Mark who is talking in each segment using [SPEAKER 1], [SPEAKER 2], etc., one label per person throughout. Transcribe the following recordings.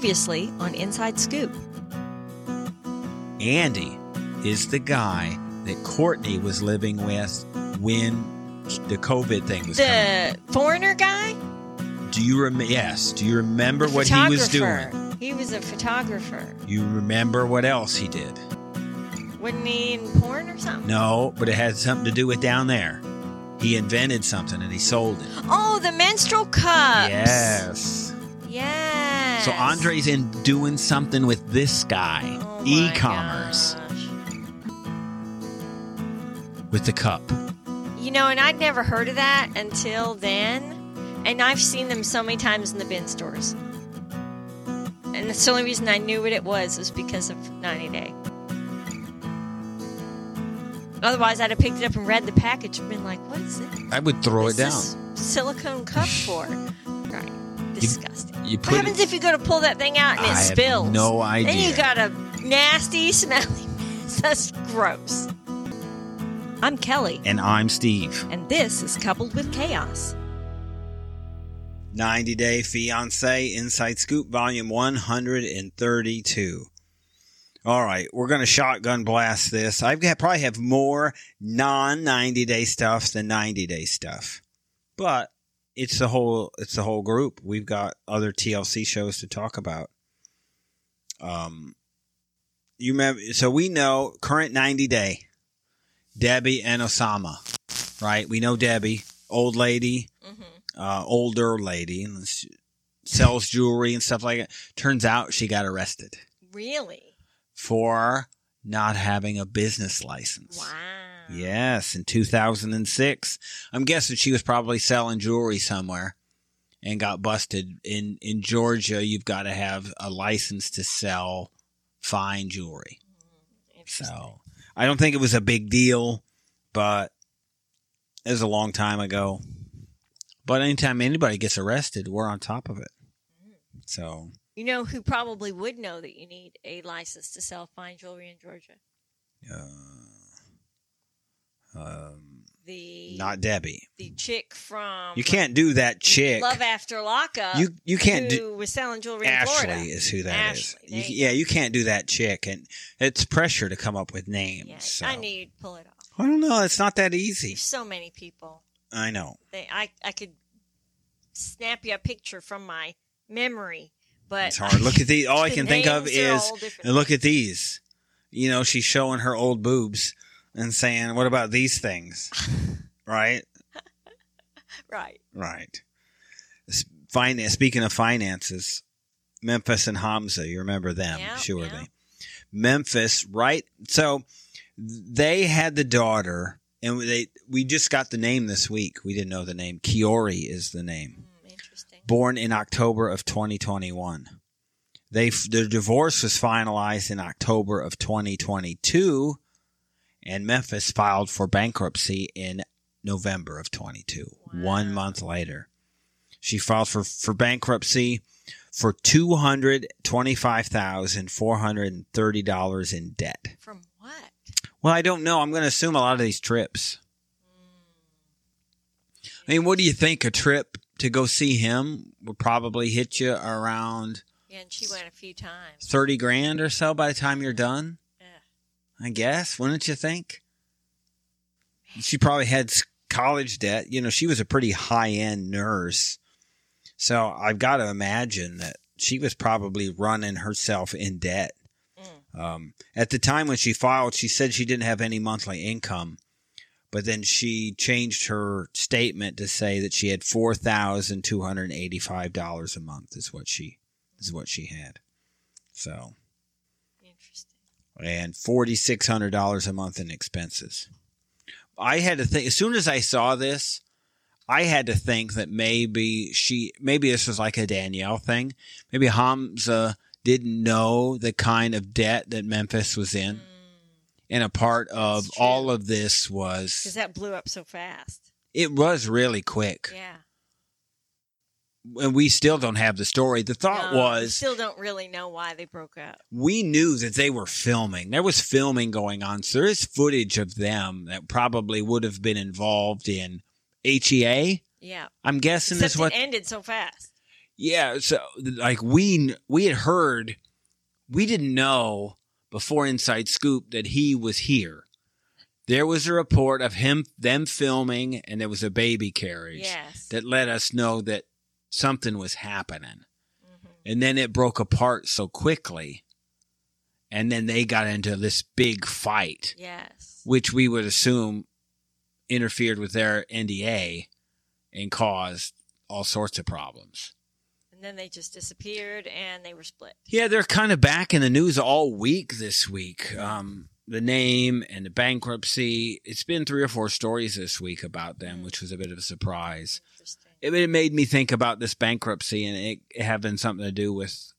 [SPEAKER 1] Previously on Inside Scoop.
[SPEAKER 2] Andy is the guy that Courtney was living with when the COVID thing was coming.
[SPEAKER 1] The foreigner guy?
[SPEAKER 2] Do you remember? Yes. Do you remember what he was doing?
[SPEAKER 1] Photographer. He was a photographer.
[SPEAKER 2] You remember what else he did?
[SPEAKER 1] Wasn't he in porn or something?
[SPEAKER 2] No, but it had something to do with down there. He invented something and he sold it.
[SPEAKER 1] Oh, the menstrual cups. Uh,
[SPEAKER 2] Yes.
[SPEAKER 1] Yes.
[SPEAKER 2] So Andre's in doing something with this guy,
[SPEAKER 1] Oh my
[SPEAKER 2] e-commerce
[SPEAKER 1] gosh.
[SPEAKER 2] with the cup.
[SPEAKER 1] You know, and I'd never heard of that until then. And I've seen them so many times in the bin stores. And that's the only reason I knew what it was was because of 90 Day. Otherwise, I'd have picked it up and read the package and been like, what is it?
[SPEAKER 2] I would throw
[SPEAKER 1] What's
[SPEAKER 2] it down.
[SPEAKER 1] this silicone cup for? Right. Disgusting.
[SPEAKER 2] You
[SPEAKER 1] what
[SPEAKER 2] put
[SPEAKER 1] happens
[SPEAKER 2] it,
[SPEAKER 1] if you go to pull that thing out and it
[SPEAKER 2] I have
[SPEAKER 1] spills?
[SPEAKER 2] no
[SPEAKER 1] Then you
[SPEAKER 2] idea.
[SPEAKER 1] got a nasty, smelly mess. That's gross. I'm Kelly.
[SPEAKER 2] and I'm Steve.
[SPEAKER 1] And this is Coupled with Chaos.
[SPEAKER 2] 90 Day Fiance Inside Scoop, Volume 132. All right, we're going to shotgun blast this. I've got, probably have more non 90 day stuff than 90 day stuff, but it's the whole it's the whole group. We've got other TLC shows to talk about. Um, you remember? So we know current 90 day, Debbie and Osama, right? We know Debbie, old lady
[SPEAKER 1] Mm-hmm.
[SPEAKER 2] uh, older lady and s- sells jewelry and stuff like that. Turns out she got arrested
[SPEAKER 1] Really?
[SPEAKER 2] for not having a business license.
[SPEAKER 1] Wow.
[SPEAKER 2] Yes, in 2006. I'm guessing she was probably selling jewelry somewhere and got busted. In, in Georgia, you've got to have a license to sell fine jewelry.
[SPEAKER 1] Hmm.
[SPEAKER 2] So I don't think it was a big deal, but it was a long time ago. But anytime anybody gets arrested, we're on top of it. So
[SPEAKER 1] You know who probably would know that you need a license to sell fine jewelry in Georgia?
[SPEAKER 2] uh, um,
[SPEAKER 1] The
[SPEAKER 2] not Debbie.
[SPEAKER 1] the chick from
[SPEAKER 2] You can't do that chick.
[SPEAKER 1] Love After Lockup
[SPEAKER 2] You you
[SPEAKER 1] who
[SPEAKER 2] can't do
[SPEAKER 1] was selling jewelry in
[SPEAKER 2] Ashley
[SPEAKER 1] Florida.
[SPEAKER 2] is who that is.
[SPEAKER 1] Ashley,
[SPEAKER 2] You,
[SPEAKER 1] there you
[SPEAKER 2] yeah, you can't do that chick, and it's pressure to come up with names.
[SPEAKER 1] Yeah,
[SPEAKER 2] so.
[SPEAKER 1] I knew you'd pull it off.
[SPEAKER 2] I don't know. It's not that easy.
[SPEAKER 1] There's so many people.
[SPEAKER 2] I know.
[SPEAKER 1] They, I I could snap you a picture from my memory, but
[SPEAKER 2] It's hard. Look at these. All I
[SPEAKER 1] the
[SPEAKER 2] can think of
[SPEAKER 1] names are
[SPEAKER 2] is
[SPEAKER 1] all different.
[SPEAKER 2] And look at these. You know, she's showing her old boobs and saying, What about these things? right?
[SPEAKER 1] right.
[SPEAKER 2] Right. S- Finance, speaking of finances, Memphis and Hamza, you remember them,
[SPEAKER 1] Yeah,
[SPEAKER 2] surely.
[SPEAKER 1] yeah.
[SPEAKER 2] Memphis, right? So they had the daughter, and they we just got the name this week. We didn't know the name. Kiori is the name
[SPEAKER 1] Hmm, interesting.
[SPEAKER 2] born in October of 2021. They their divorce was finalized in October of 2022, and Memphis filed for bankruptcy in November of 22. One month later, she filed for for bankruptcy for two hundred twenty five thousand four hundred and thirty dollars in debt.
[SPEAKER 1] From what?
[SPEAKER 2] Well, I don't know. I'm going to assume a lot of these trips.
[SPEAKER 1] Mm.
[SPEAKER 2] I mean, what do you think? A trip to go see him would probably hit you around
[SPEAKER 1] Yeah, and she went a few times.
[SPEAKER 2] 30 grand or so by the time you're done,
[SPEAKER 1] Yeah.
[SPEAKER 2] I guess. Wouldn't you think? She probably had s- college debt. You know, she was a pretty high end nurse. So I've got to imagine that she was probably running herself in debt. Um, at the time when she filed, she said she didn't have any monthly income, but then she changed her statement to say that she had four thousand two hundred eighty-five dollars a month is what she is what she had. So
[SPEAKER 1] Interesting.
[SPEAKER 2] and forty six hundred dollars a month in expenses. I had to think as soon as I saw this, I had to think that maybe she maybe this was like a Danielle thing. Maybe Hamza didn't know the kind of debt that Memphis was in.
[SPEAKER 1] Mm.
[SPEAKER 2] And a part of
[SPEAKER 1] That's true.
[SPEAKER 2] all of this
[SPEAKER 1] Because
[SPEAKER 2] was
[SPEAKER 1] that blew up so fast.
[SPEAKER 2] it was really quick.
[SPEAKER 1] Yeah.
[SPEAKER 2] And we still don't have the story. The thought
[SPEAKER 1] No, we
[SPEAKER 2] was
[SPEAKER 1] still don't really know why they broke up.
[SPEAKER 2] we knew that they were filming. There was filming going on. So there is footage of them that probably would have been involved in HEA.
[SPEAKER 1] Yeah.
[SPEAKER 2] I'm guessing
[SPEAKER 1] Except
[SPEAKER 2] is what.
[SPEAKER 1] it ended so fast.
[SPEAKER 2] Yeah, so like we we had heard, we didn't know before Inside Scoop that he was here. There was a report of him them filming, and there was a baby carriage
[SPEAKER 1] Yes.
[SPEAKER 2] that let us know that something was happening,
[SPEAKER 1] Mm-hmm.
[SPEAKER 2] and then it broke apart so quickly, and then they got into this big fight,
[SPEAKER 1] yes.
[SPEAKER 2] which we would assume interfered with their NDA and caused all sorts of problems.
[SPEAKER 1] And then they just disappeared and they were split.
[SPEAKER 2] Yeah, they're kind of back in the news all week this week. Um, the name and the bankruptcy. It's been three or four stories this week about them, which was a bit of a surprise.
[SPEAKER 1] Interesting.
[SPEAKER 2] It, it made me think about this bankruptcy and it, it having something to do with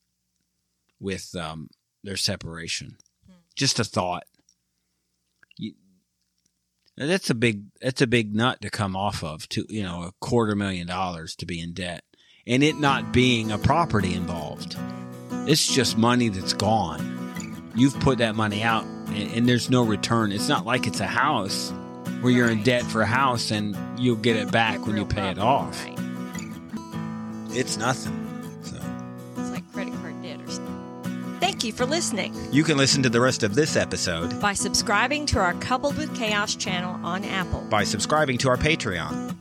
[SPEAKER 2] with um, their separation.
[SPEAKER 1] Hmm.
[SPEAKER 2] Just a thought. You, now that's a big that's a big nut to come off of. To you know, a quarter million dollars to be in debt and it not being a property involved. It's just money that's gone. You've put that money out and, and there's no return. It's not like it's a house where you're in
[SPEAKER 1] Right.
[SPEAKER 2] debt for a house and you'll get it back when you
[SPEAKER 1] Real
[SPEAKER 2] pay it
[SPEAKER 1] problem,
[SPEAKER 2] off.
[SPEAKER 1] right.
[SPEAKER 2] It's nothing. So
[SPEAKER 1] It's like credit card debt or something. Thank you for listening.
[SPEAKER 2] you can listen to the rest of this episode
[SPEAKER 1] by subscribing to our Coupled with Chaos channel on Apple
[SPEAKER 2] by subscribing to our Patreon